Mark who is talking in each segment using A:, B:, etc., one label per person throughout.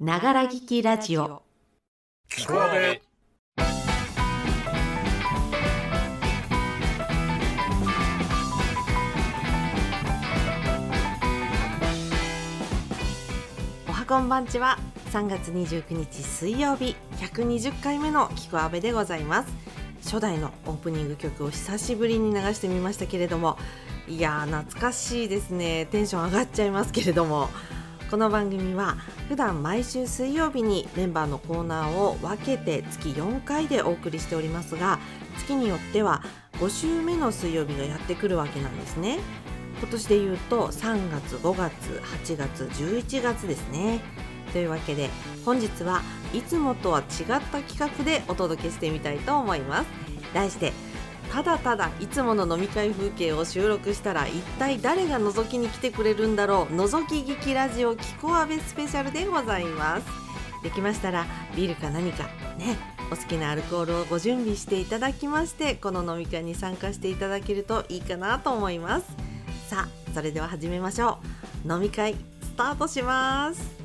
A: ながら聞きラジオ。
B: 聞こえ
A: おはこんばんちは。3月29日水曜日、120回目のキクアベでございます。初代のオープニング曲を久しぶりに流してみましたけれども、いやー懐かしいですね。テンション上がっちゃいますけれども。この番組は普段毎週水曜日にメンバーのコーナーを分けて月4回でお送りしておりますが月によっては5週目の水曜日がやってくるわけなんですね今年で言うと3月5月8月11月ですねというわけで本日はいつもとは違った企画でお届けしてみたいと思います題してただただいつもの飲み会風景を収録したら一体誰が覗きに来てくれるんだろう覗き聞きラジオキコアベスペシャルでございますできましたらビールか何かねお好きなアルコールをご準備していただきましてこの飲み会に参加していただけるといいかなと思いますさあそれでは始めましょう飲み会スタートします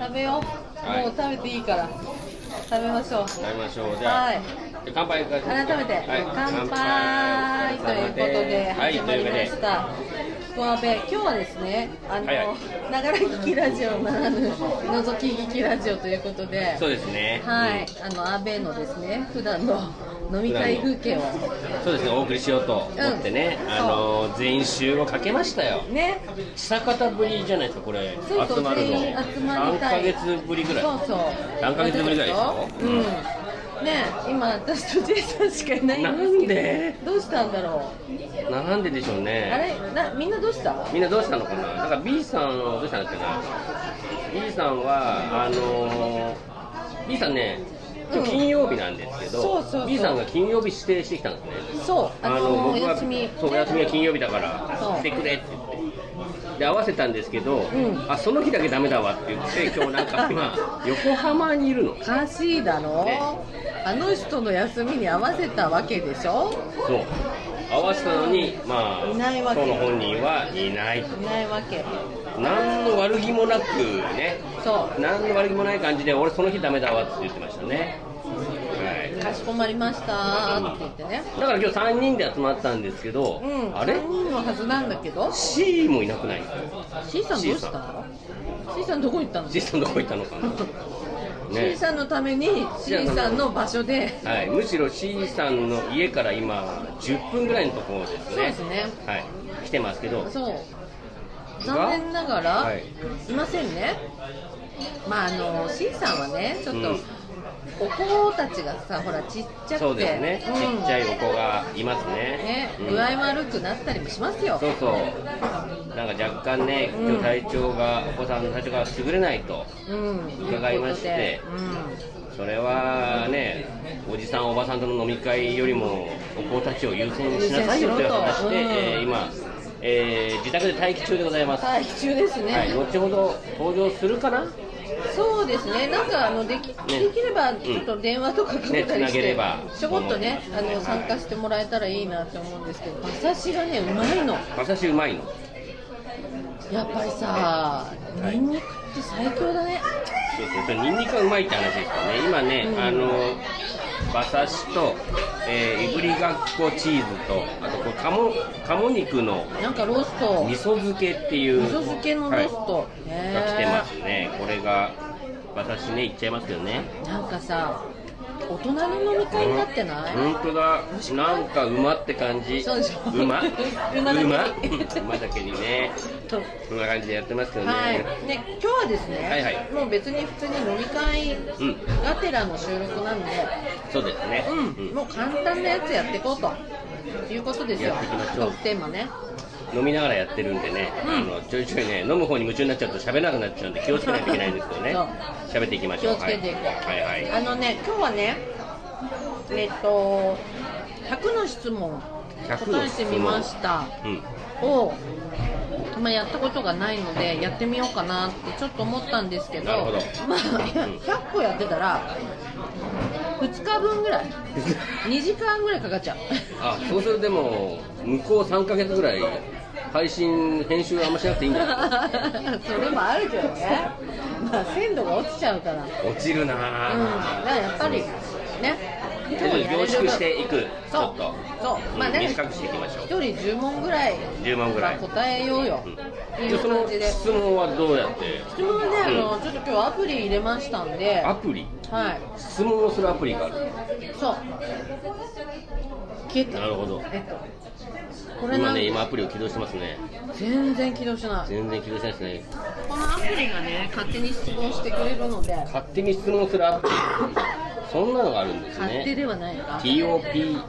C: 食べよう、
B: はい
C: もう食べていいから食べましょう
B: やりましょう。じゃあ、
C: はい
B: じゃあ乾杯が
C: 改めて、
B: はい
C: 乾杯ということで
B: はい、
C: 始まりまし
B: というこ
C: た、キコアベ今日はですねあの、
B: はいは
C: ながら聞きラジオならぬ覗き聞きラジオということで
B: とでそうですね。
C: はい、あの安倍のですね普段の飲み会風景を
B: うん。そうですね。お送りしようと思ってね、
C: うん
B: あの全集をかけましたよ。
C: ね
B: 久方ぶりじゃないですかこれ。
C: そうそ
B: 集
C: う
B: まるの。
C: 全員集まりたい
B: 三ヶ月ぶりぐらい。
C: そうそう
B: 何ヶ月ぶりぐらいでしょ
C: うんね今私とジェイさんしかいないんですけど
B: なんで
C: どうしたんだろ
B: なんででしょう
C: うあ
B: ね。
C: れなみんなどうした
B: みんなどうしたのかな。なんか B さんはどうしたんだっけな。B さんはあのー、B さんね。今日金曜日なんですけど、
C: うんそうそうそう
B: B さんが金曜日指定してきたんですね。
C: そうあのお
B: 僕は
C: 休み
B: そうお休みが金曜日だか
C: そう
B: らしてくれって言ってで合わせたんですけど、
C: ん
B: あその日だけダメだわって言って今日なん か今横浜にいるの
C: おかしいだろ
B: ね
C: あの人の休みに合わせたわけでしょ
B: そう合わせたのにまあ
C: いないわけ
B: その本人はいない
C: いないわけ
B: 何の悪気もなくね
C: そ
B: 何の悪気もない感じで俺その日ダメだわって言ってましたね、は
C: うかしこまりましたって言ってね
B: い、だから今日3人で集まったんですけど、
C: うん
B: あれ
C: 3人のはずなんだけど
B: C もいなくない
C: C さんどう
B: C
C: し
B: さん
C: た C さんどこ行ったの
B: C さんどこ行ったのか な
C: C さんのために C さんの場所で
B: はい、むしろ C さんの家から今10分ぐらいのところですね
C: そうですね
B: はい、来てますけど
C: そう
B: が
C: 残念ながら
B: はい
C: いませんねまああの C さんはねちょっと、
B: うん
C: お子たちがさほらちっちゃくて
B: そうですね、
C: うん
B: ちっちゃいお子がいますね
C: ね、
B: うん
C: 具合悪くなったりもしますよ。
B: そうそうなんか若干ね今日体調が、お子さんの体調が優れないと
C: うん、
B: 伺いまして
C: ということで
B: それはねおじさんおばさんとの飲み会よりもお子たちを優先しなさいよという話で、
C: 優先しろと
B: えー今、えー自宅で待機中でございま
C: う
B: す、
C: ん、待機中ですね、
B: はい、後ほど登場するかな
C: そうですね、なんかあのでき、
B: ね
C: できればちょっと電話とかかけたり
B: ねつな
C: し
B: げ
C: て、
B: れば
C: ちょこっとね、あ
B: はい
C: の参加してもらえたらいいなと思うんですけど、馬刺しがね、うまいの、
B: 馬刺しうまいの
C: やっぱりさ、ニンニクって最強だね、
B: そうそうそれニンニクがうまいって話ですよね今ね、
C: うん
B: あの馬刺しと、えー、いぶりがっこチーズとあとこれ鴨鴨肉の
C: なんかロースト、
B: 味噌漬けっていう
C: 味噌漬けのロースト、
B: はい
C: ね
B: が来てますねこれが馬刺しねいっちゃいますよね
C: なんかさ、大人の飲み会になってない、
B: 本当だなんか馬って感じ
C: そうでしょ馬
B: 馬
C: だけに
B: 馬馬だけにね
C: と
B: こんな感じでやってますけどね、
C: はい、ね、今日はですね、
B: はいはい
C: もう別に普通に飲み会
B: うん
C: がてらの収録なんで、
B: そうですね、
C: うん、もう簡単なやつやっていこうということですよ
B: やっていきましょ、う
C: トークテーマね。
B: 飲みながらやってるんでね、
C: うん
B: あのちょいちょいね飲む方に夢中になっちゃうと喋れなくなっちゃうんで気をつけないといけないんですけどね
C: そう
B: 喋っていきましょう
C: 気をつけていこう
B: はいはいはい
C: あのね、今日はね、えっと、100の質問、
B: 100
C: 答えてみました
B: うん
C: を、まあ、やったことがないので、やってみようかなってちょっと思ったんですけど、
B: なるほど
C: まあ、
B: うん
C: 100個やってたら、2日分ぐらい、2時間ぐらいかかっちゃう。
B: あそうするとでも向こう3ヶ月ぐらい配信編集あんましなくていいんじゃない
C: それもあるけどねまあ鮮度が落ちちゃうからうん
B: 落ちるな
C: だ
B: ぁ、
C: からやっぱりね
B: ちょっと凝縮していくちょ
C: そ
B: っ
C: う
B: と
C: そうまあな
B: うん
C: んか
B: 短くしていきましょ
C: 一
B: う
C: 人10問ぐらい
B: 10問ぐらい、
C: 答えようよ、
B: う
C: い
B: ん
C: い
B: でその
C: 感じで
B: 質問はどうやって
C: 質問はね、あの
B: うん
C: ちょっと今日アプリ入れましたんで
B: アプリ
C: はい
B: 質問をするアプリがある
C: そう消えた
B: なるほど
C: えっとこれな
B: 今
C: ん
B: ね今アプリを起動してますね
C: 全然起動しない
B: 全然起動してないですね
C: このアプリがね勝手に質問してくれるので
B: 勝手に質問するアプリそんなのがあるんです
C: 勝手
B: ね
C: ではないか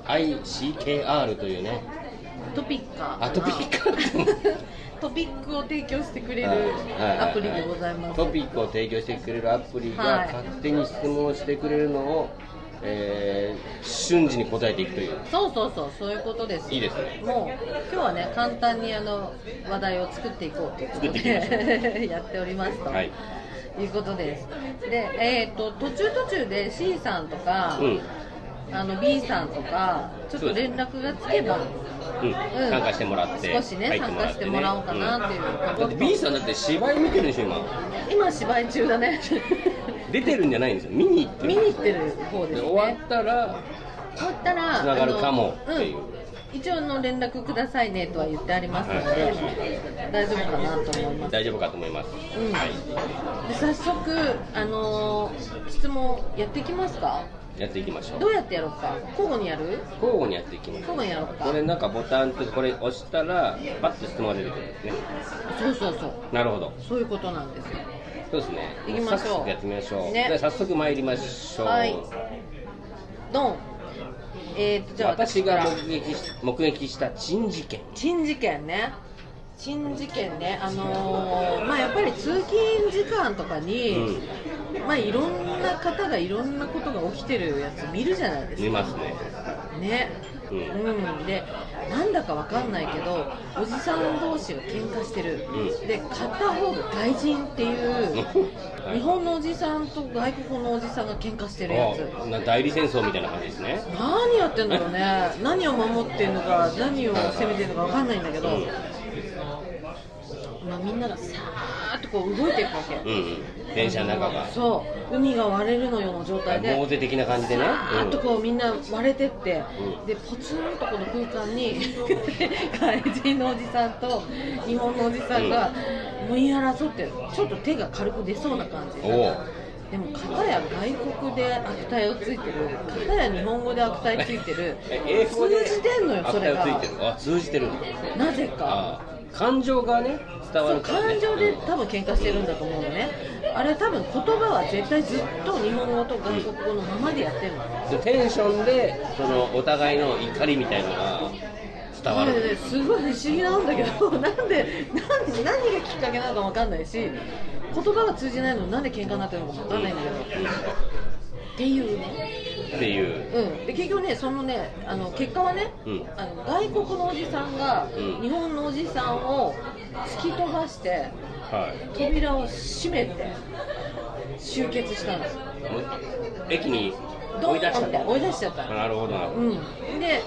B: TOPICKR というね
C: トピッカーかな
B: あトピッカー
C: トピックを提供してくれる
B: はい
C: アプリでございます
B: トピックを提供してくれるアプリが
C: はい
B: 勝手に質問してくれるのを、えー瞬時に答えていくという
C: そうそうそうそういうことです
B: いいですね
C: もう今日はね簡単にあの話題を作っていこうということ
B: 作って
C: で やっておりますと、
B: はい
C: い、うことですでえっ、と途中途中で C さんとか、
B: うん、うん、
C: あの B さんとかちょっと連絡がつけば
B: 参加してもらって
C: 少しね
B: 入ってもら
C: 参加
B: って、ね、
C: してもらおうかなっていうん
B: だって B さんだって芝居見てるんでしょ今
C: 今芝居中だ ね
B: 出てるんじゃないんですよ見に行って
C: 見
B: る
C: に行ってる方で
B: です
C: ね
B: 終わったら
C: 終わったら
B: つながるかも
C: あの
B: っていう
C: うん、一応あの連絡くださいねとは言ってありますので、大丈夫かなと思います、
B: 大丈夫かと思います
C: うんで早速、あのー質問やっていきますか
B: やっていきましょう
C: どうやってやろうか交互にやる
B: 交互にやっていきまし
C: 交
B: ょう
C: 互にやろうか
B: これなんかボタンとこれ押したらパッと質問が出てくるんですね
C: そうそうそう
B: なるほど
C: そういうことなんですよ
B: そうですね
C: 行きましょう
B: 早速やってみましょう、
C: ね
B: では早速参りましょう、
C: はいドンえー、とじゃあ
B: 私が
C: から
B: 目撃し目撃した珍事件
C: 珍事件ね珍事件ねあのーまあやっぱり通勤時間とかに、まあいろんな方がいろんなことが起きてるやつ見るじゃないです
B: 見
C: か
B: ますね
C: ね
B: うん
C: うん、でなんだかわかんないけどおじさん同士が喧嘩してる、
B: うん
C: で片方が外人っていう
B: はい
C: 日本のおじさんと外国のおじさんが喧嘩してるやつ
B: あな代理戦争みたいな感じですね
C: 何やってんだろうね何を守ってんのか何を攻めてんのか分かんないんだけど、まあ、みんながさーっとこう動いていくわけ、
B: うんうん電車の中が
C: そう海が割れるのような状態で
B: 猛勢的な感じでね、
C: あとこうみんな割れてって、
B: うん
C: でポツンとこの空間に 外人のおじさんと日本のおじさんがもい争ってるちょっと手が軽く出そうな感じ
B: うん、おお
C: でも片や外国で悪態をついてる片や日本語で悪態ついてる
B: え英語で
C: 通じてんのよそれが
B: 悪態をついてるあ通じてるんだ
C: なぜか
B: あー感情がね伝わ
C: そう
B: るから、ね、
C: 感情で
B: うん
C: 多分喧嘩してるんだと思うのねあれは多分言葉は絶対ずっと日本語と外国語のままでやってるの
B: でテンションでそのお互いの怒りみたいのが伝わ
C: ねえねえ
B: る
C: すごい不思議なんだけど なんでなん何がきっかけなのかわかんないし言葉が通じないのになんで喧嘩になってるのかわかんないんだけど、っていうね
B: っていう
C: うん、で結局ね、そのねあの結果はね、
B: うん
C: あの外国のおじさんが、
B: うん
C: 日本のおじさんを突き飛ばして、
B: はい
C: 扉を閉めて、集結したんですよ、
B: もう駅に
C: ドー
B: 追い
C: ン
B: 出した
C: って追い出しちゃったの
B: なるほどなるほ
C: う
B: ど、
C: ん、で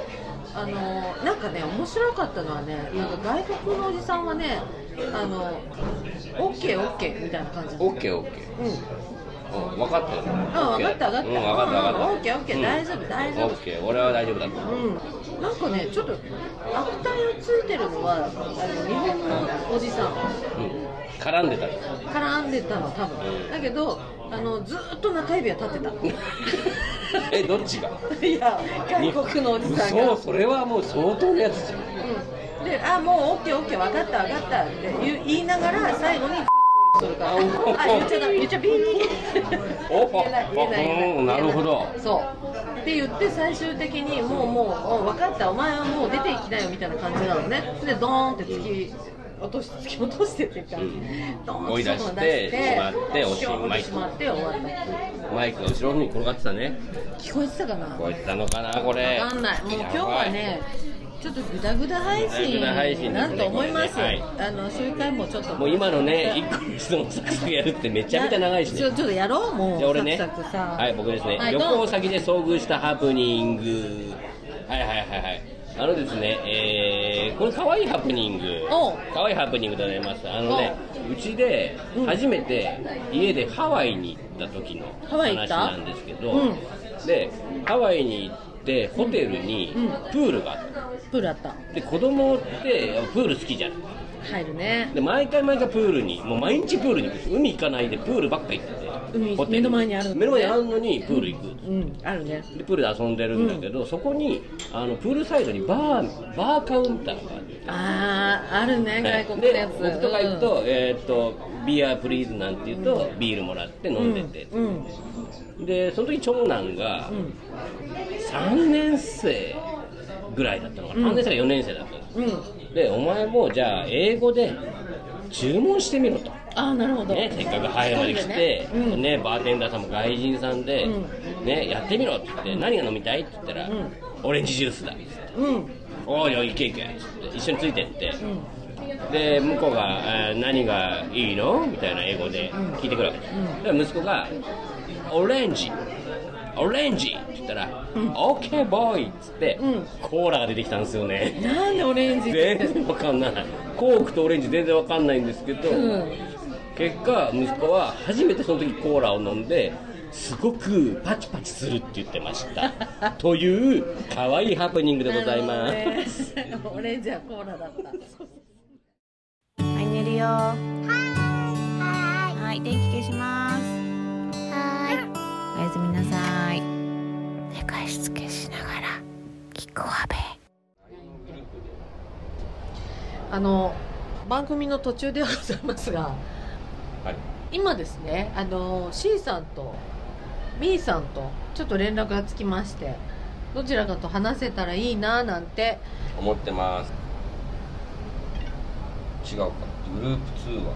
C: あのなんかね面白かったのはねなんか外国のおじさんはねあのオッケーオッケーみたいな感じ
B: オッケーオッケー
C: うん
B: うん分かったよ
C: あ分かった分かった
B: うん、分かった分かった
C: うんオッケーオッケー
B: うん
C: 大丈夫大丈夫
B: オッケー俺は大丈夫だと思う
C: うん、なんかねちょっと悪態をついてるのはあの日本のおじさん
B: うん絡んでた よ
C: 絡んでたの多
B: うん
C: 分だけどあのずーっと中指は立 って
B: えどっちが
C: たいや外国のおじさんが
B: そうそれはもう相当のやつじゃん
C: うんで、あ、もうオッケーオッケー分かった分かったって言う言いながら最後にするから。あ、言っちゃダメ言っちゃビー。
B: お
C: 言えない言えない言え
B: うんなるほど
C: そう。って言って最終的にもうもうお分かったお前はもう出ていきなよみたいな感じなのね。でドーンって突き落とし突き落としてっていうか、
B: うん
C: ドーン
B: 追い出してしまっておし
C: し
B: ま
C: ま
B: い
C: しまって終わった。
B: マイクが後ろの方に転がってたね
C: 聞こえてたかな。
B: こういったのかなこれ
C: わかんない。もう今日はね、ちょっとグダグダ配
B: グダグダ配
C: 信
B: 信です
C: な
B: ね
C: んと思います。
B: これね
C: あのそういう回もちょっと
B: もう今のね、一個の質問サクサクやるってめちゃめちゃ長いしね。
C: ちょちょっとやろうもう。
B: じゃあ俺ね、
C: サクサクさ
B: はい、僕ですね、
C: はい
B: 旅
C: どうぞ
B: 行先で遭遇したハプニング。はいはいはいはい。ああのですね、えー、この可愛いハプニング
C: おう、
B: 可愛いハプニングでございます。あのね、うちで初めて家でハワイに行った時の
C: ハワイ
B: 話
C: 行った
B: なんですけど、
C: う
B: で、ハワイに行ってホテルに
C: うん
B: プールがあった。
C: プールあった
B: で、子供ってプール好きじゃん。
C: 入るね
B: で、毎回毎回プールに、もう毎日プールに行く。海行かないでプールばっか行ってて。
C: 海
B: ホテル
C: 目の前にあるのね
B: 目の前にあるのにプール行く。
C: うんあるね
B: でプールで遊んでるんだけど、そこにあのプールサイドにバーバーカウンターがあって。
C: あああるね
B: はい
C: 外国の
B: で
C: やつ
B: 僕とか行くと,、えーっとビアプリーズなんて言うと、ビールもらって飲んでて、
C: うんうん
B: でその時長男が
C: うん
B: 3年生ぐらいだったのかな、3年生か4年生だった
C: う
B: の
C: ん
B: でお前もじゃあ英語で注文してみろと、
C: ああなるほど
B: ね、せっかくハワイまで来て、
C: 一人でねうん
B: ね、バーテンダーさんも外人さんで、ね、やってみろって言って、何が飲みたいって言ったら、
C: ん
B: オレンジジュースだって
C: うん
B: おいおい行け行けっつって一緒についてって、
C: うん
B: で向こうがえー「何がいいの?」みたいな英語で聞いてくるわけです、で息子が「オレンジオレンジ」って言ったら「オッケーボーイ」っつって、
C: うん
B: コーラが出てきたんですよね
C: なんでオレンジって
B: 全然わかんないコークとオレンジ全然わかんないんですけど、
C: うん
B: 結果息子は初めてその時コーラを飲んですごくパチパチするって言ってました という可愛いハプニングでございます、
C: す、なるほどね オレンジはコーラだった
D: はい、寝るよ。はい。はい、電気消します。はい。おやすみなさい。寝かしつけしながら、聞くわべ。
C: あの番組の途中ではございますが、
B: はい
C: 今ですねあの C さんと B さんとちょっと連絡がつきましてどちらかと話せたらいいななんて
B: 思ってます違うかグループ2は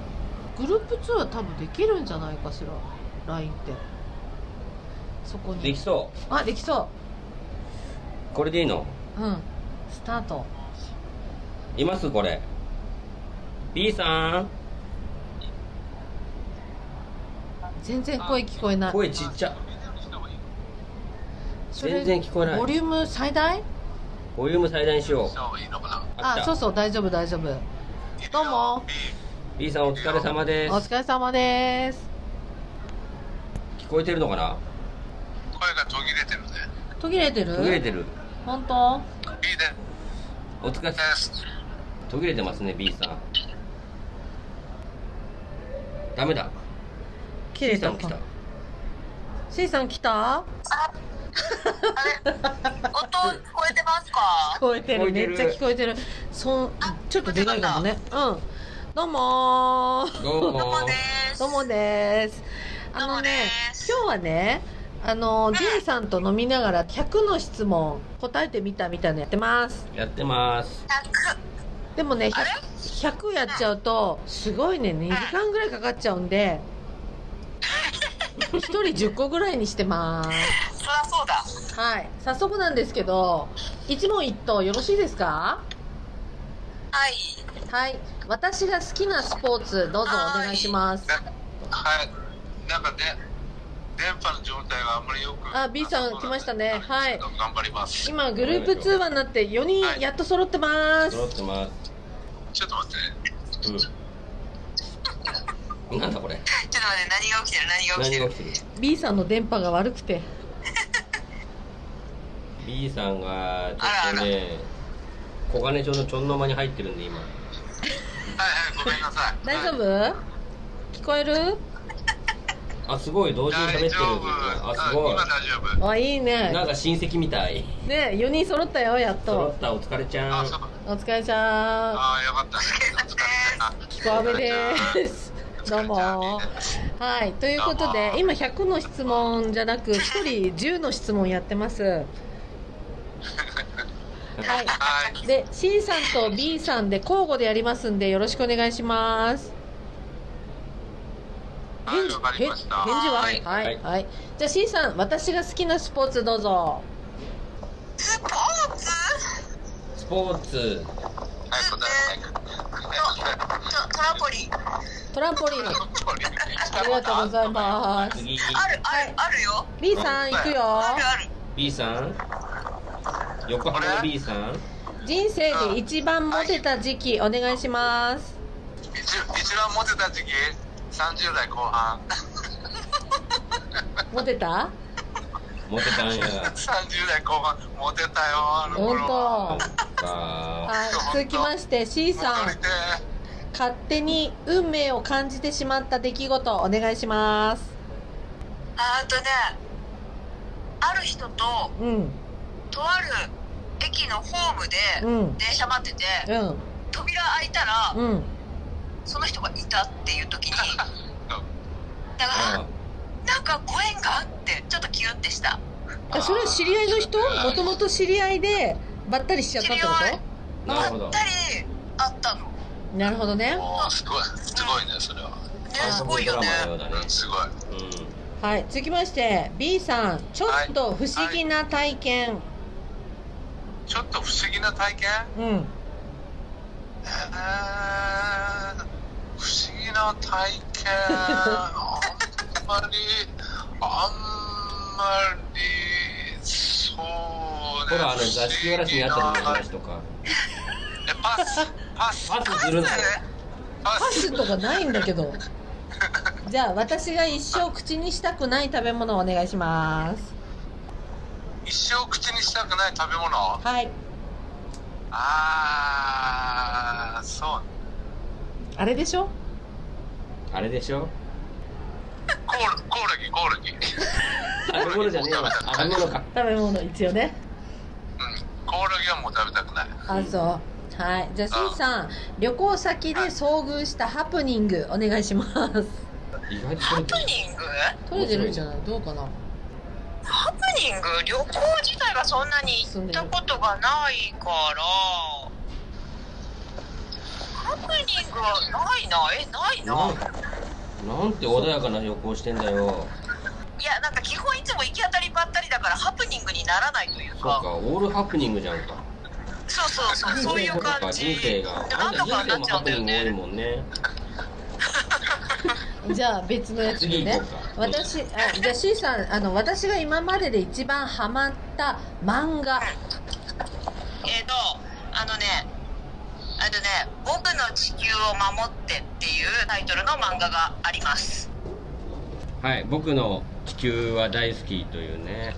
C: グループ2は多分できるんじゃないかしら LINE ってそこに
B: できそう
C: あできそ
B: これでいいの
C: ううんスタート
B: いますこれ B さん
C: 全然声聞こえない
B: 声ちっちゃ
C: それ
B: 全然聞こえない
C: ボリューム最大
B: ボリューム最大にしよう
C: あそうそう大丈夫大丈夫どうも
B: B さんお疲れ様で
C: お
B: す
C: 疲れ様です
B: 聞こえてるのかな
E: 声が途切れてるね。
C: 途切れてる
B: 途切れてる
C: 本当
E: いいね。
B: お疲れ様
E: です。
B: 途切れてますね B さんダメだ C さん来た
C: C さん来た
E: 音聞こえてますか
C: 聞。こえて
B: 聞こ
C: る
B: えて
C: め
B: る
C: っちゃ聞こえてるそんちょっとでかいかもねうんどうもー
B: どうも
E: です
C: どうもですあのね
E: す
C: 今日はねあの D さんと飲みながら100の質問答えてみたみたいなのやってます
B: やってます
E: 百。
C: でもね 100, 100やっちゃうとすごいね2時間ぐらいかかっちゃうん で1人10個ぐらいにしてます
E: そりゃそうだ。
C: はい、早速なんですけど、一問一答よろしいですか
E: はい。
C: はい、私が好きなスポーツ、どうぞお願いします。
E: はい。なんかね。電波の状態はあんまりよく。
C: あ B さん来ましたねはい
E: 頑張ります。
C: 今、グループ通話になって4人やっと揃ってます。
B: 揃ってま
E: ちょっと待って。
B: すうんなんだこれ
E: ちょっと待って、何が起きてる、何が起き
B: 何
E: て
B: が
E: る。
B: 起きてる
C: B さんの電波が悪くて。
B: B さんがちょっとね小金町のちょんの間に入ってるんで今
E: はいはい、ごめんなさい。
C: 大丈夫
E: はい。
C: 聞こえる
B: あすごい同時に喋ってるん
E: 大
B: だ
E: 丈夫。
B: あすご
E: うん
B: い
E: 今大丈夫。
C: あ、いい
B: な
C: ね
B: ん。か親戚みたい
C: ね、4人揃ったよ、やっ
B: 揃
C: と
B: っ。たお疲れちゃ
E: あ、
B: ん
E: そう。
C: お疲れちゃ
E: あー、よかった。
C: ん。聞こえ です。どうも。はい、ということで、今100の質問じゃなく、1人10の質問やってます。はい。
E: はい。
C: で C さんと B さんで交互でやりますんでよろしくお願いします
E: はい、わかり
C: 返
E: ま
C: 事
E: した。
C: はは
E: はいい
C: はい、
B: はい
C: じゃあ C さん私が好きなスポーツどうぞ
E: スポーツ。
B: スポーツ
E: はい、答えて。
F: トトランポリンあ
C: トランポリンあり
E: り
C: がとうございます
B: 次
F: るあるあるよ
C: B さん行くよ
F: あるある
B: B さん横浜の B さん
C: 人生で一番モテた時期お願いします
E: 一一番モテた時期30代後半
C: モテた
B: モテたんや。
E: 30代後半モテたよあの
C: 本
E: 頃
C: 当
E: は
B: そっか。
C: はい続きまして C さん
E: 戻りてえ
C: 勝手に運命を感じてしまった出来事お願いします
F: あーとねある人と
C: うん
F: とある駅のホームで
C: うん
F: 電車待ってて
C: うん
F: 扉開いたら
C: うん
F: その人がいたっていう時に だから
B: あ
F: なんかご縁があってちょっとキュンってした
C: あそれは知り合いの人もともと知り合いでばったりしちゃったってこ
F: 知り
B: なるほ
F: ば
B: ど
F: っ。たりあったの
C: となるほどね
E: おーすごいすごいねそれは、
F: ね
B: 韓
F: すご
B: 国
F: い
B: ドラ
F: よ
B: マのよ
F: ね
B: うだね。
E: うん、すごい
B: うん。
C: はい続きまして B さんちょっと不思議な体験、
E: ちょっと不思議な体験
C: うん
E: えー不思議な体験あんまりあんまりそうね
B: ほら、あの、座敷わらしにあった時の
E: 不思議な
B: 話とか。
E: えパスパス
B: パスするの。
E: パ
C: パスとかないんだけ どじゃあ私が一生口にしたくない食べ物をお願いします
E: 一生口にしたくない食べ物
C: はい
E: あーそう
A: あれでしょ
B: あれでしょ
E: コオロコオロギコオロギ、うん、
B: 食べ物じゃねえわ。あ食べ物か。
C: 食べ物一応ね
E: コオロギはもう食べたくない
C: あそうはいじゃあ C さん旅行先で遭遇したハプニングお願いします
B: 意外と
F: ハ
B: それ
F: プニング
C: 取れてるんじゃないどうかな
F: ハプニング旅行自体がそんなに行ったことがないからハプニングはないなえないな
B: なんなんて穏やかな旅行してんだよ。
F: いやなんか基本いつも行き当たりばったりだからハプニングにならないという
B: そう
F: か
B: か、オールハプニングじゃんか。
F: そうそうそうそういう感じ
B: 人生が。
F: なんとかなっちゃ
B: あんた人生もハ
F: うんだよ
B: プニング多い
F: ね
B: もんね。
C: じゃあ別のやつで
B: 次
C: ね
B: 行こうか
C: 私あじゃあ C さんあの私が今までで一番ハマった漫画
F: えっ、とあのねあのね「僕の地球を守って」っていうタイトルの漫画があります
B: はい、僕の地球は大好きというね。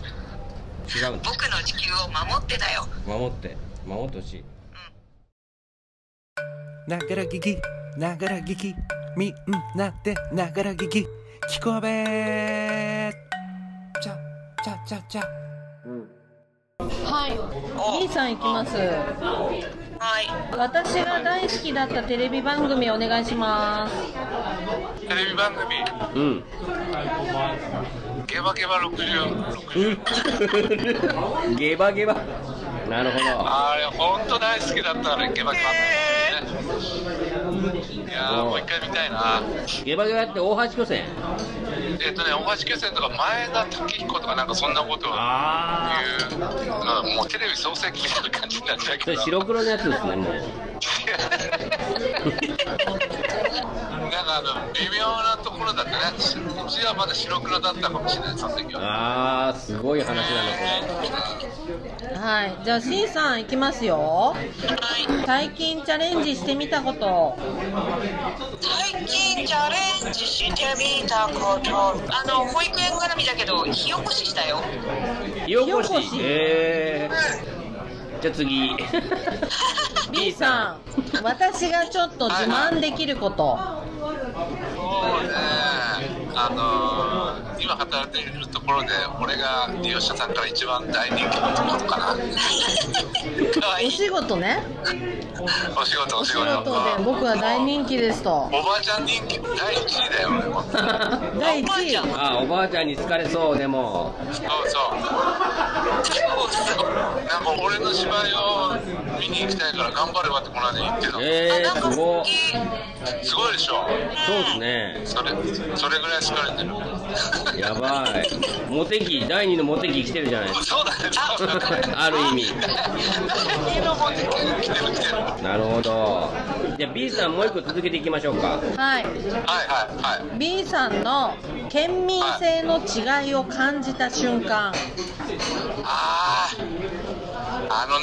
B: 違うんだ。
F: 僕の地球を守ってだよ
B: 守って、守ってほしい。
G: ながら聞き、ながら聞き、みんなでながら聞き、聞こえべちゃ、ちゃちゃちゃ。
C: はい B さんいきます
F: はい
C: 私が大好きだったテレビ番組お願いします
E: テレビ番組
B: うん。
E: 「ゲバゲバ60」60
B: ゲバゲバ。なるほど。
E: あれ本当大好きだったねゲバゲバ、ね、いやーもう一回見たいな
B: ゲバゲバって大橋巨船。
E: えっとね大橋巨泉とか前田武彦とかなんかそんなことを
B: ああ。
E: 言うまあもうテレビ創世記みたいな感じになっちゃう
B: そ
E: け
B: れ
E: ど
B: 白黒のやつですね、もう。
E: なんかあの微妙なところだったねうちはまだ白黒だったかもしれないその時は
B: ああ、すごい話だな、こ
C: はいじゃあ C さんいきますよ最近チャレンジしてみたこと
F: 最近チャレンジしてみたことあの保育園絡みだけど火起こししたよ
B: れ。火起こし。ええー。じゃあ次。
C: B さん私がちょっと自慢できること
E: そうねあのー今働いているところで俺が利用者さんから一番大人気のところかなかわい
C: お
E: い
C: 仕事ね
E: お仕事お
C: お仕
E: 仕
C: 事
E: 事
C: で僕は大人気ですと
E: おばあちゃん人気第1位だよ俺もそう
C: 第1位
B: ああ、おばあちゃんに好かれそう、でも。
E: そうなんか俺の芝居を見に行きたいから頑張ればってこの間言ってた、
B: ええ
F: なん
B: ー、
F: か
B: すご
F: 好
B: っ。
F: き
E: すごいでしょ
B: そうですね。
E: それそれぐらい好かれてる
B: やばい。モテ期、第二のモテ期来てるじゃないです
E: そうだねそうだね
B: か。ある意味。
E: いいの持ってきてる来てるはい
B: なるほど。じゃあ B さんもう一個続けていきましょう
C: は
B: か。
C: い
E: はいはい
C: B さんの県民性の違いを感じた瞬間
E: ああの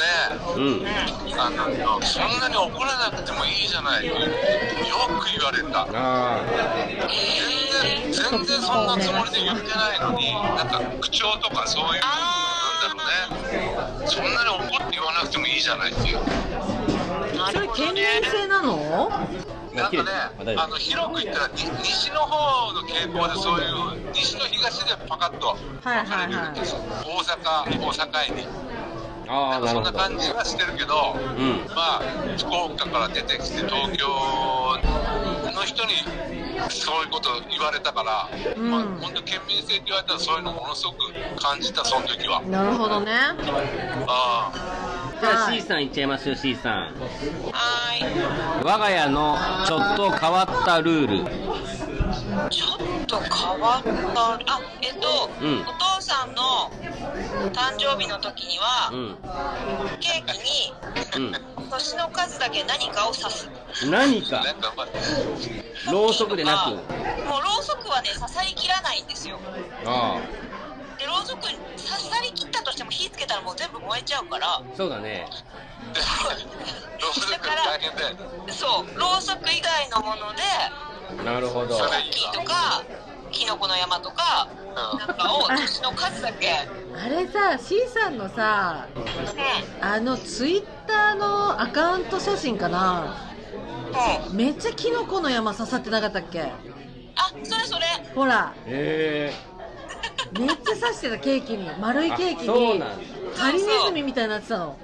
E: ね、
B: うん
E: あのそんなに怒らなくてもいいじゃない。よく言われた。
B: あ
E: 全然、全然そんなつもりで言ってないのに、なんか口調とかそういう、なんだろうね、そんなに怒って言わなくてもいいじゃないっていう。
C: それ
F: なるほど
C: 県
F: ね
C: 民性なの
B: あ
E: なんかね
B: あ大、丈
E: あの広く言ったらに西の方の傾向でそういう西と東でパカッと分かれるような気がする大阪を境に
B: 夫ああな
E: なんか
B: る
E: そ
B: ほ
E: んな
B: ど
E: 感じはしてるけど、
B: ん
E: まあ福岡から出てきて東京の人にそういうこと言われたから、まあ本当県民性って言われたらそういうのものすごく感じたその時は
C: なるほどね
E: ああ
B: じゃあ
C: はい
B: C さんいっちゃいますよ C さん
F: はーい
B: 我が家のちょっと変わったルール
F: ちょっと変わったあえっと、
B: うん
F: お父さんの誕生日の時には、
B: うん
F: ケーキに
B: う
F: 年の数だけ何かを刺す
B: ん何か
E: なんかまあ
B: ろうそくでな
F: も
B: く
F: うろうそくはね刺さりきらないんですよ
B: ああ
F: でろうそくに刺さりきったとしても火つけたらもう全部燃えちゃうから
B: そうだね
E: ろうそく大変だよね
F: そうろうそく以外のもので
B: なるほど
E: それい
F: キーとかキノコの山とか
E: うん
F: なんかを年の数だけ、
C: あれさ C さんのさ
F: う
C: あのツイッターのアカウント写真かなん
F: うん、あ
C: めっちゃキノコの山刺さってなかったっけ
F: それそれ
C: ほら
B: へえ
C: めっちゃ刺してたケーキに丸いケーキ
B: あそう
C: に
B: なんだ
C: ハリネズミみたいになってたの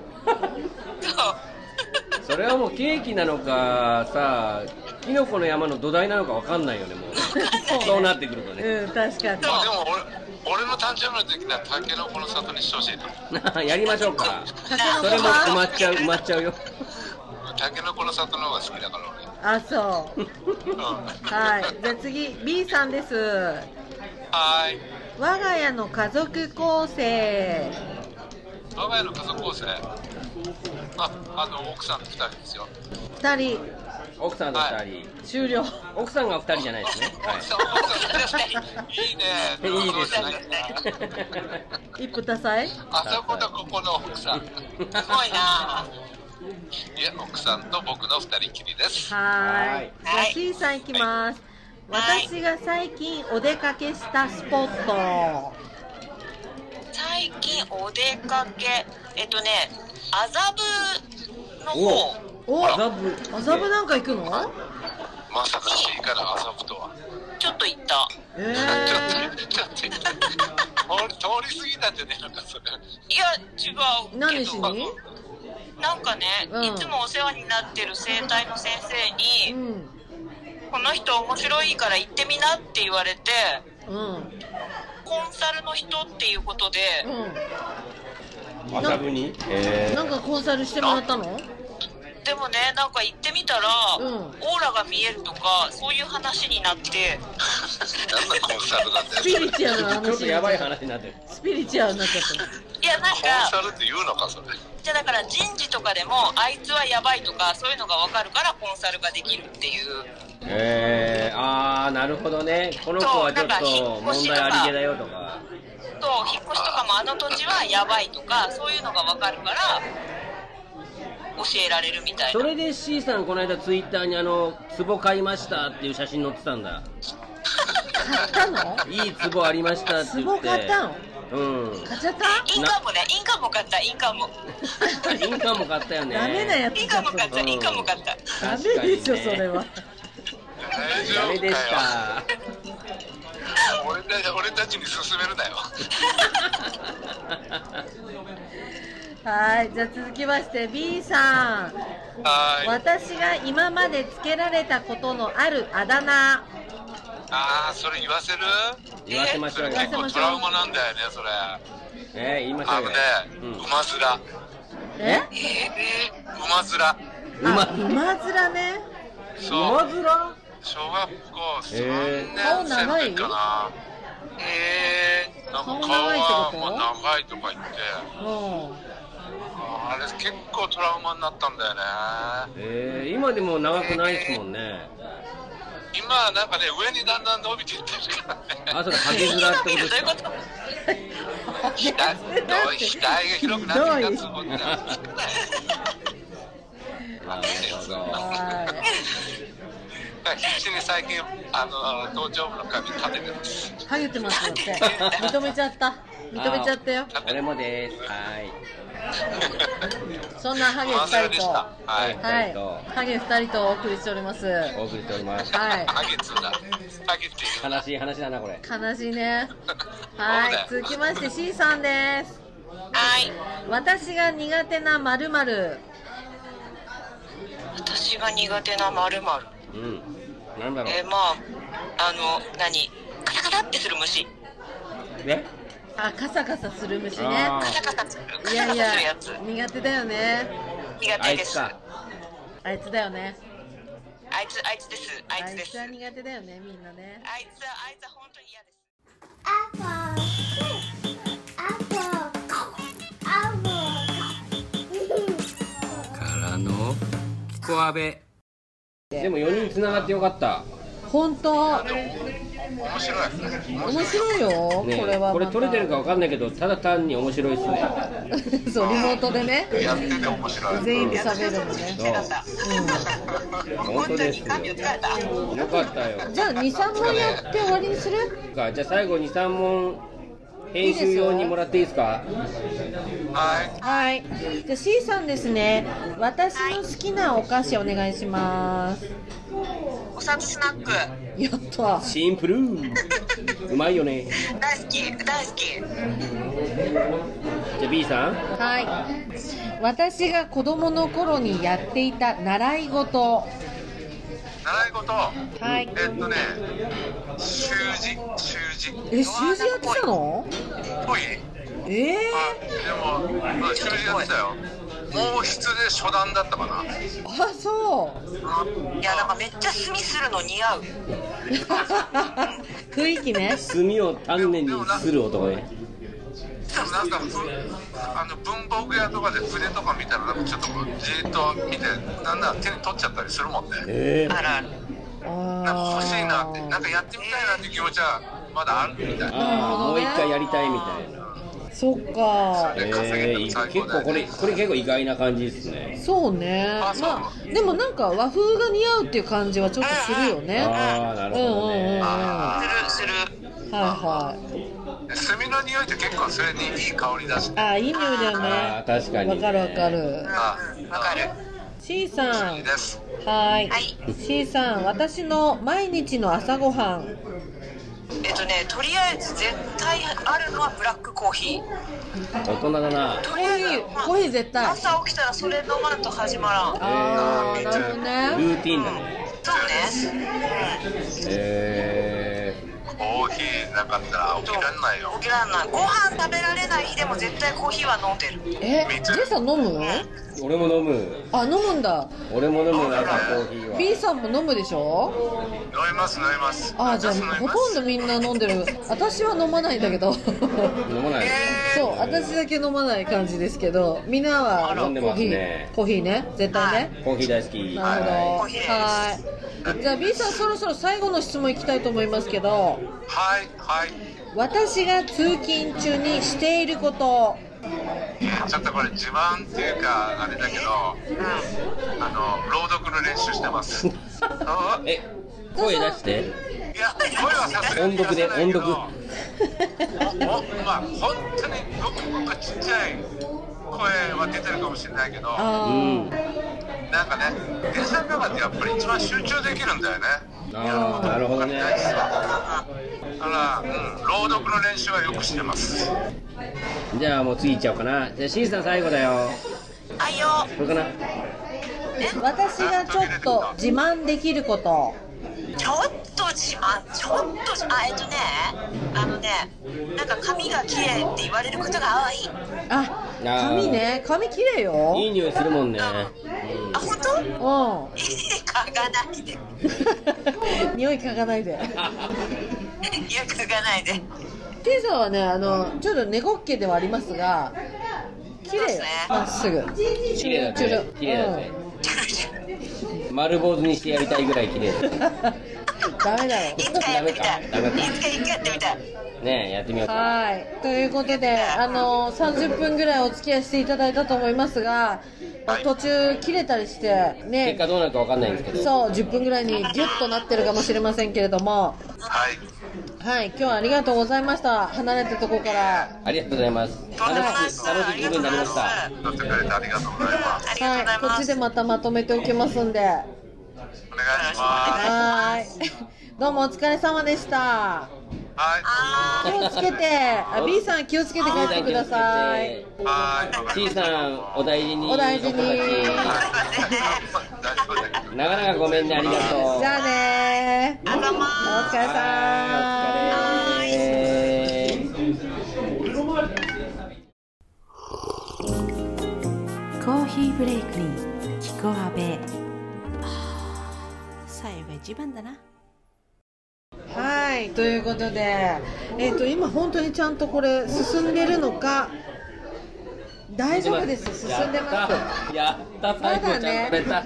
F: そう
B: それはもうケーキなのかさキノコの山の土台なのかわかんないよね もうそうなってくるとね
C: うん確かに
E: まあでも俺俺の誕生日の時にはタケノコの里にしてほしいと
B: やりましょうか
C: 竹
B: そ
C: の
B: れ
C: 子
B: も
C: さ
B: 埋まっち ゃう埋まっちゃうよ
E: タケノコの里の方が好きだから俺
C: あそう
E: うん
C: はいじゃあ次 B さんです
E: はーい
C: 我が家の家族構成
E: 我が家の家族構成ああの奥さんと2人ですよ
C: 2人
B: 奥さんと二人
C: 終了
B: 奥さんが二人じゃないですね
E: 奥さん奥さん2人いいね
B: はいいいですね
C: 一夫多妻
E: あそことここの奥さん
F: すごいな。
E: いや奥さんと僕の2人きりです
C: はーい。じゃあ
F: はい
C: C さんいきます。
F: はい
C: 私が最近お出かけしたスポット。
F: 最近お出かけ、えっとね、麻布の方
C: お、
B: 麻布
C: 麻布なんか行くの？
E: まさか C から遊ぶとは
F: ちょっと行った。
C: え
E: ちょっとちょっと通り通り過ぎたんじゃねえのかそれ
F: いや違うけ
C: え。
F: ど。
C: 何しに？
F: なんかね、
C: うん
F: いつもお世話になってる生態の先生
C: う
F: に、
C: ん。
F: この人面白いから行ってみなって言われて、
C: うん
F: コンサルの人っていうことで、
C: う
B: 麻布に
C: ん、
B: え
C: なんかコンサルしてもらったの
F: でもねなんか行ってみたら、
C: うん
F: オーラが見えるとかそういう話になって
E: 何だコンサルなんだよ
C: スピリチュアルな話になっちゃった
B: ちょっとやばい話になってる
C: スピリチュアルになっちゃった
F: いやなん
E: コンサ
F: か
E: ルって言うのかそれ
F: じゃあだから人事とかでもあいつはやばいとかそういうのが分かるからコンサルができるっていう
B: えー、あーなるほどねこの子はちょっと問題ありげだよとか
F: と引っ越しとかもあの土地はやばいとかそういうのが分かるから教えられるみたい
B: そ
F: な
B: れで C さんこの間ツイッターにあの壺買いましたっていう写真載ってたんだ
C: 買ったの
B: いい壺ありましたって言っ
C: 壺
B: て
C: 買ったの
B: うん
C: 買っちゃった
F: インカムねインカム買ったインカム
B: インカム買ったよね
C: ダメなやつ
F: インカム買ったインカム買った
C: ダメでしょそれは
E: 大丈
B: ダメ
E: 夫か
B: で
E: よ
B: した
E: 俺た俺たちに勧めるなよ
C: はいじゃあ続きまして B さん
E: はーい
C: 私が今までつけられたことのあるあだ名
E: ああそれ言わせる
B: 言わせまし
E: そ
B: ょう
E: れ
B: よ
E: 結構トラウマなんだよねそれ
B: えー、言いましょ
E: あ
B: う
E: の
B: よ
E: ね、馬
C: え
E: 面馬面
B: うん、うま
C: あ馬面ね
E: そう
B: 馬面
E: 小学校
B: え
E: 3年生の時かなええー、なんか顔はもう長いとか言って
C: うん
E: あれ結構トラウマになったんだよね
B: えー、今でも長くないですもんね
E: 今今はなんかね、上にだんだん伸びていってるから ね。
B: あ、そうか、ハゲヅラってことですか。
E: 額の額が広くなってきたつもりなんですけどね
B: なるほど。
C: は
E: 必死に最近あの頭頂部の髪立ててます
C: い。はげてますよって。認めちゃった。認めちゃったよ。
B: あ俺もです。はい。
C: そんなハゲ二人と。は
E: はい
C: い。ハゲ二人とお送りしております。
B: お送りしております。
C: はい。
E: ハゲツだハゲっていう
B: 悲しい話だな、これ。
C: 悲しいね。はい。続きまして C さんです。
F: はい
C: 私が苦手なまるまる。
F: 私が苦手なまるまる
B: うん。なんだろ
F: え
B: う
F: ー。まああの何カタカタってする虫
B: ね。
C: あ、カサカサする虫ね。
B: あ
F: カタカタするカ
C: い
F: タ
C: や
F: カ
C: い
F: タ
C: や
F: するやつ、
C: 苦手だよね。
F: 苦
B: あ
F: 手
B: い
F: で
B: つ
F: す
B: か。
C: あいつだよね。
F: あいつあいつですあ
C: あ
F: いつ
C: い
F: です
C: つ
F: あ
C: はい
F: つ
C: 苦手だよね、みんなね。
F: あいつは本当に嫌です
H: Apple.
B: からの。キコアベ。でも四人繋がってよかった。
C: 本当
E: 面白いですね
C: 面白いよ、
B: ね
C: これはまた。
B: これ取れてるかわかんないけど、ただ単に面白いっすね。
C: そう、リモートでね。
E: やってて面白い
C: 全員で喋るのね。
B: そう。本当ですよ。よかったよ。
C: じゃあ、2、3問やって終わりにする
B: かじゃあ最後に3問編集用にもらっていいですか
E: はい
C: はい。じゃあ、C さんですね。私の好きなお菓子お願いします。
F: お札スナック
C: やった。
B: シンプルうまいよね
F: 大好き大好き
B: じゃあ B さん
C: はい。私が子供の頃にやっていた習い事。
E: 習い事
C: はい
E: えっとね習字習字
C: え、習字やってたの
E: っぽい
C: ええ
E: あでもまあ習字やってたよ毛筆で初段だったかな
C: あ、そう。
F: いやなんかめっちゃ墨するの似合う
C: 雰囲気ね。
B: 墨を丹念にする男ね
E: でもなんかふあの文房具屋とかで筆とか見たらなんかちょっとこうじーっと見てなんなら手に取っちゃったりするもんね
B: え
F: あら
E: なんか
C: あ
E: 欲しいなって
C: ー
E: なんかやってみたいなって気持ちはまだあるみたい
B: ー、
E: な
B: ああもう一回やりたいみたいな
C: そっか。
E: で
B: え
E: 稼げ
B: ー、
E: たら最
B: 結
E: 高だ
B: 構
E: よ
B: これ
E: ね
B: これ結構意外な感じですね
C: そうね。
E: あそう
C: まあ、でもなんか和風が似合うっていう感じはちょっとするよね。
B: ああな
C: う
B: る
C: んう
B: ほ
C: ん
B: ど
C: うんうん。
B: ね
C: は
F: するする
C: いはい。
E: 炭の匂いって結構それにいい香りだし
C: あー、いい匂いだよね。
B: あー確かにね
C: わかるわかる。
E: あ
F: わかる
C: C さ
E: いい
C: ん
E: で。す
C: はい
F: は。い
C: C さん、私の毎日の朝ごはん。
F: えっとねとりあえず絶対あるのはブラックコーヒー
B: 大人だな
F: と
C: コ
F: りあ
C: ー
F: え
C: ヒ
F: ず
C: ー、
F: まあ
C: コーヒー絶対。
F: 朝起きたらそれ飲まんと始まらん
C: あー、なるほど
B: ル
C: ね。
B: ーティンだね
F: そうね
B: え
E: コーヒーなかったら起きられないよ
F: 起きらんないご飯食べられない日でも絶対コーヒーは飲んでる
C: え、J さん飲むの
B: ー、俺も飲む
C: あ、飲むんだ。
B: 俺も飲むな朝コーヒーは
C: B さんも飲むでしょ
E: 飲みます飲みます
C: あー、じゃあ
E: 飲みます
C: ほとんどみんな飲んでる。私は飲まないんだけ ど。
B: 飲まない
C: そう、私だけ飲まない感じですけど、みんなは
B: 飲んで
C: コー
B: ます
C: ヒー、
B: ね
C: コーヒーね、絶対ね。
B: コーヒー大好き
C: なるほど。
B: は
C: はい。じゃあ B さんそろそろ最後の質問いきたいと思いますけど、
E: はいはい
C: 私が通勤中にしていること。
E: ちょっとこれ自慢っていうかあれだけど、うん、あの朗読の練習してます あ
B: いえ声出して
E: いや声はさすがに
B: 音読で
E: 出さないけど
B: 音
E: おまあ本当にごくごくちっちゃい声は出てるかもしれないけど
B: う
C: あ
B: ん
E: なんかね電車の中ってやっぱり一番集中できるんだよね
B: ああなるほどね
E: 大事だから、うん、朗読の練習はよくしてます
B: じゃあもう次行っちゃおうかなじゃあ C さん最後だよ
F: あいよ
B: これかな
C: あ、私がちょっと自慢できること。
F: ちょっと自慢ちょっと自慢あえっとねあのねなんか髪が綺麗って言われることが多い
C: あ、髪ね、髪綺麗
B: いい
C: よ。
B: 匂いするもんね
F: あ本当
C: う
F: 嗅がないで
C: ん。 匂い嗅がないで。
F: いや嗅がないで
C: T さんはね、あの、ちょっと猫っ毛ではありますが、綺
F: そうで
C: 麗
F: すね
C: まっすぐ。
B: 綺麗だね綺麗だね
F: チュルチュル
B: 丸坊主にしてやりたいぐらい綺麗だ
C: ダメだろ
F: いつかやっ
B: ダメ
F: てみたい。いつ
B: か
F: か一回やってみたい。
B: ねえやってみようか
C: はいということで、あの30分ぐらいお付き合いしていただいたと思いますが、まあ途中切れたりして
B: 結
C: ね
B: 果どうなるかわかんないんですけど
C: そう10分ぐらいにギュッとなってるかもしれませんけれども
E: はい
C: はい今日はありがとうございました離れたとこから
B: ありがとうございます
F: とんでもない
B: 楽
F: で
B: し
F: す
B: い楽しい気分になりました
F: あり
E: 撮ってくれてありがとうございます
F: あり
C: はい
F: がとうご
C: こ
F: ざ
C: っちで
F: います。
C: またまとめておきますんで
E: お願いします
C: はーいどうもお疲れ様でした
E: はい
F: あ
C: 気をつけてあ B さん気をつけて帰ってください
E: はいわかり
B: C
E: ました
B: さんお大事に
C: お大事に
B: な
E: 大丈夫だけど
B: かなかごめんねありがとう
C: じゃあねー
F: あどうも
C: お疲れさ
B: はいお疲れ
A: コーヒーブレイクに聞こはべ最後が一番だな
C: ーはいということで、えっと今本当にちゃんとこれ進んでるのか大丈夫です進んでます
B: やった
C: ま
B: 最後ちゃ
C: だね
B: んと取れた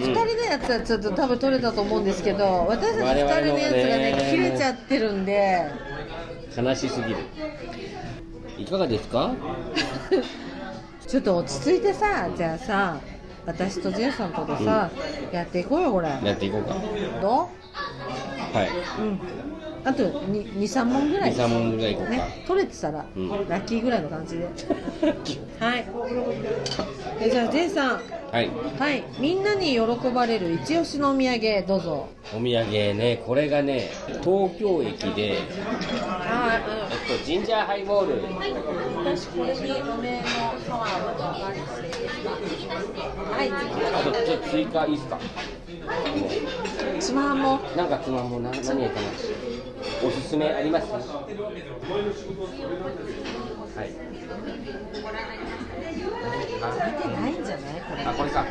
C: 2人のやつはちょっと多分取れたと思うんですけど私たち2人のやつが
B: 我々の
C: ね
B: ね
C: 切れちゃってるんで
B: うん悲しすぎるいかがですか
C: ちょっと落ち着いてさじゃあさ私とジェイさんとでさ、やっていこうよこれ
B: やっていこうか
C: ど
B: はい
C: う
B: う
C: んあと23問ぐらい
B: 23問ぐらいいこうか、
C: ね取れてたら、
B: うん
C: ラッキーぐらいの感じ ではいえじゃあジェイさん
B: はい
C: はいみんなに喜ばれる一押しのお土産どうぞ
B: お土産ねこれがね東京駅で
C: は
B: えっとジンジャーハイボール
C: い私これにお名のサワーとかはい
B: あとちょっと追加いいっすか
C: つまんも
B: なんかつまもうな何がいいかなおすすめありますはい
C: 見てないんじゃないこれ
B: あこれか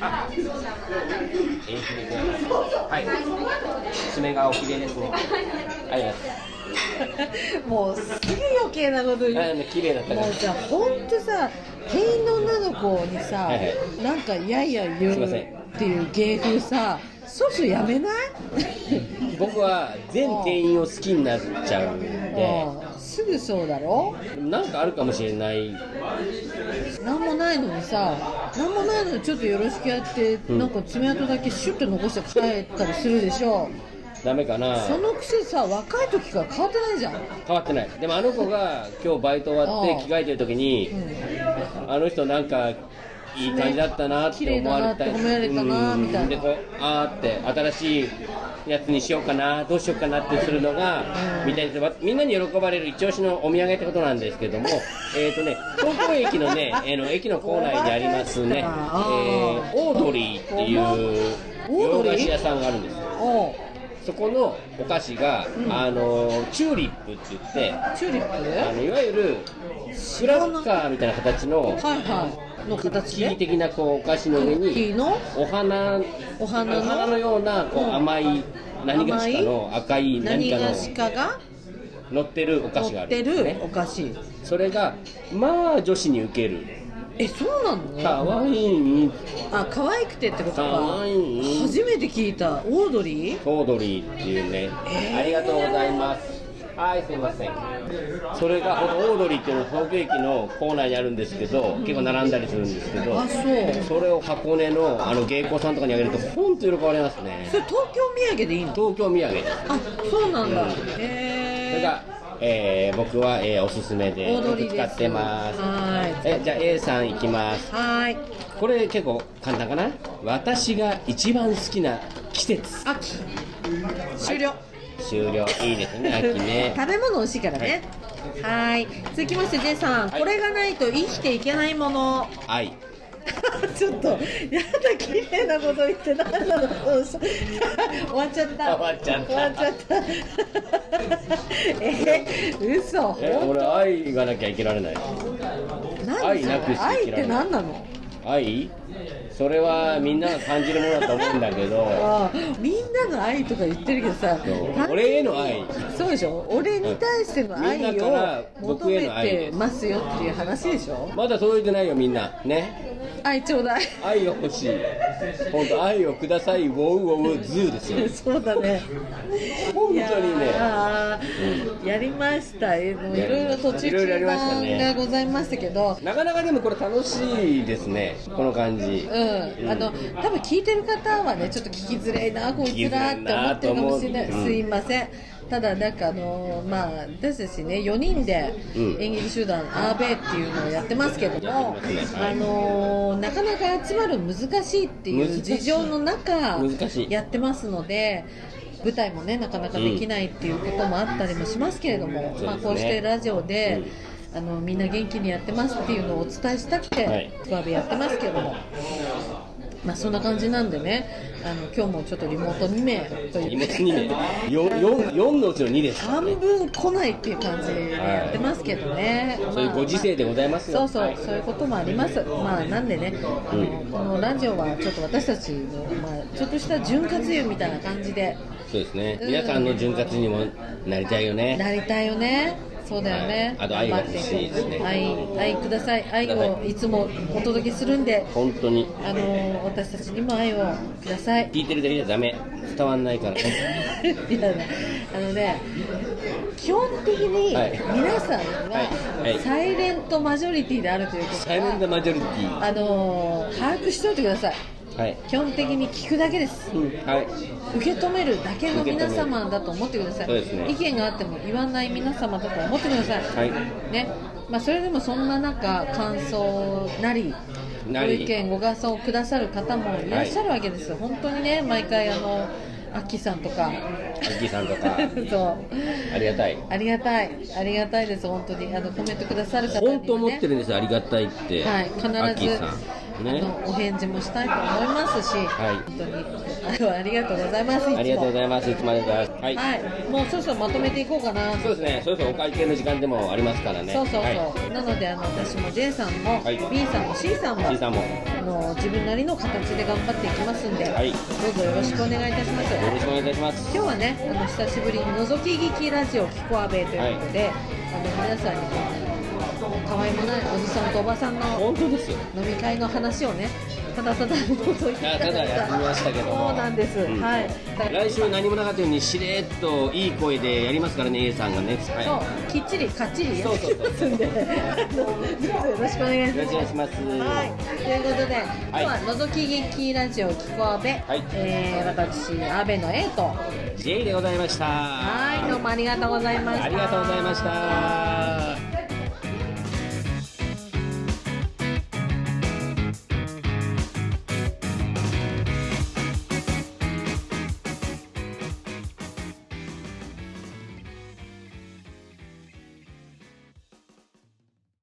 B: あえー姫君はい爪がおきれいですねありがとうございます
C: もうすぐ余計なこと
B: あ
C: 言う
B: の綺麗だったから
C: もうじゃあほんとさ店員の女の子にさ、
B: はいは
C: なんかやいや言
B: すいうま
C: っ
B: せん
C: ていう芸風さそろそろやめない
B: 僕は全店員を好きになっちゃうんで
C: うんすぐそうだろ
B: なんかあるかもしれない
C: なんもないのにさなんもないのにちょっとよろしくやって、
B: ん
C: なんか爪痕だけシュッと残して帰ったりするでしょ
B: ダメかな
C: そのくせさ若い時から変わってないじゃん
B: 変わってないでもあの子が今日バイト終わって着替えてる時にあの人なんかいい感じだったなって思われたり
C: 綺麗だなって褒められたなみたいな
B: うんでこうあーって新しいやつにしようかなどうしようかなってするのが、みたいなみんなに喜ばれる一押しのお土産ってことなんですけどもえっとね東京駅のね、えーの駅の構内にありますね、え
C: あ
B: ーオードリーっていう
C: オード
B: 洋
C: リー
B: 菓子屋さんがあるんですよ
C: おう
B: そこのお菓子が、あのチューリップって言って
C: チューリップ
B: あのいわゆるクラッカーみたいな形の
C: はいはいの
B: クッ
C: 形
B: キー
C: で
B: 的なこうお菓子の上
C: キー
B: に
C: の
B: お花
C: お花の
B: お花のようなこう甘い何がしかの赤い何
C: 何
B: かの
C: がしかが
B: 乗ってるお菓子が
C: 持っ
B: ある
C: て
B: んです
C: る
B: ね
C: お菓子
B: それがまあ女子にウケる
C: えそうなの
B: かわいい
C: あ可愛くてってこと
B: か
C: か
B: わいい
C: 初めて聞いたオードリー
B: オードリーっていうね、ありがとうございますはいすいませんそれがこのオードリーっていうのは東京駅の構内にあるんですけど結構並んだりするんですけど
C: あそう
B: それを箱根のあの芸妓さんとかにあげると本当喜ばれますね
C: それ東京土産でいいの
B: 東京土産です
C: あそうなんだ
B: それ
C: へ
B: が、えー僕は、えーおすすめで
C: オード
B: よ
C: リー
B: く使
C: です
B: ってます
C: は
B: えじゃあ A さんいきます
C: ーいはーい
B: これ結構簡単かな私が一番好きな季節
C: 秋終了
B: 終了いいですね秋ね
C: 食べ物美味しいからねはーい続きまして J さん
B: はい
C: これがないと生きていけないもの
B: 愛
C: ちょっとやだ綺麗なこと言って何なの そうそう終わっちゃった
B: 終わっちゃった
C: 終わっちゃった え嘘
B: え俺愛がなきゃいけられない
C: 何
B: 愛なくして
C: 愛っ
B: 嫌
C: て
B: いな
C: 何なの
B: 愛それはみんなが感じるものだと思うんだけど
C: ああみんなの愛とか言ってるけどさ単
B: 俺への愛
C: そうでしょ俺に対しての愛
B: みんなか
C: を
B: ら
C: 求
B: 僕への愛
C: めてますよっていう話でしょ
B: まだ届いてないよみんなね
C: 愛ちょう だい
B: 愛が欲しい本当愛をくださいウォウウォウズーですよ
C: そうだね
B: 本当にね
C: やーやりましたえもういろいろ途中
B: いろいろやり
C: 中
B: ましたね
C: 断がございましたけど
B: なかなかでもこれ楽しいですねこの感じ
C: うん、あの多分聞いてる方はねちょっと聞きづらいなこいつらって思ってるかもしれない、
B: 聞きづらいなと思ううん
C: すいませんただなんかあのーまあ私たちね4人で
B: うん
C: 演劇集団アーベイっていうのをやってますけども、
B: やってますね
C: あのーなかなか集まる難しいっていう事情の中
B: 難しい
C: やってますので舞台もねなかなかできないっていうこともあったりもしますけれども、
B: うん
C: まあ、
B: そ
C: こ
B: う
C: う
B: です
C: し
B: ね
C: てラジオで、あのみんな元気にやってますっていうのをお伝えしたくて、
B: はい
C: クワベやってますけども。まあそんな感じなんでね、あの今日もちょっとリモート2名という
B: 今2名よ4四のうちの2ですから
C: 半
B: ね
C: 分来ないっていう感じでやってますけどね、
B: そういうご時世でございますよ
C: まあそうそう、そういうこともあります、まあなんでね、あの
B: う
C: このラジオはちょっと私たちの、まあ、ちょっとした潤滑油みたいな感じで
B: そうですね
C: うん
B: 皆さんの潤滑にもなりたいよね
C: なりたいよね。そうだよね、
B: はいあと愛が欲しいですね
C: 愛愛ください愛
B: くだ
C: を
B: さい
C: いつもお届けするんで、
B: 本当に
C: あの私たちにも愛をください
B: 聞いてるだけじゃダメ伝わんないからね
C: いやあのね基本的に
B: はい
C: 皆さん
B: はいはい
C: はサイレントマジョリティであるということ
B: サイレント
C: は
B: マジョリティ
C: あのー把握しておいてください
B: はい、
C: 基本的に聞くだけです
B: うんはい
C: 受け止めるだけの皆様だと思ってください、
B: そうですね
C: 意見があっても言わない皆様だと思ってください、
B: はい
C: ねまあ、それでもそんな中感想なり
B: な
C: ご
B: り
C: 意見ご感想をくださる方もいらっしゃるわけですよ、本当にね毎回あのアッキーさんとか
B: アッキーさんとか
C: そう
B: ありがたい
C: ありがたいありがたいです本当にあのコメントくださる方にはね
B: 本当思ってるんですよありがたいって、
C: はい、
B: アッ
C: 必
B: キー
C: ず、
B: さん
C: あ
B: ね
C: のお返事もしたいと思いますし、
B: はい
C: 本当にあのありがとうございます。つも
B: ありがとうございますいつまでだはい、
C: はい、もうそろそろまとめていこうかな。
B: そうですねそろそろお会計の時間でもありますからね
C: そうそうそう。
B: は
C: なのであの私も J さんも、
B: はい
C: B さんも C さんも。
B: い、C さんもよ
C: あの自分なりの形で頑張っていきますんで、
B: はい
C: どうぞよろしくお願いいたします。
B: ろしくお願いいたします
C: 今日はねあの久しぶりに「のぞき聞きラジオキコアベイ」ということで、あの皆さんにこう可愛いもないおじさんとおばさんの
B: 本当ですよ
C: 飲み会の話をねただただ覗いてい
B: ただやってみましたけども
C: そうなんです、
B: うん
C: はい
B: 来週何もなかったようにしれっといい声でやりますからね A さんがねはい
C: そう
B: よ
C: きっちりかっちりやってきますんであのどうぞよろしくお願いし
B: ろ
C: ま
B: し
C: す
B: くお願いします
C: はい、ということで、今日はのぞき劇ラジオキコアベ、
B: はい
C: えー私阿部の A と、は
B: J でございました
C: い、どうもありがとうございました。
B: ありがとうございました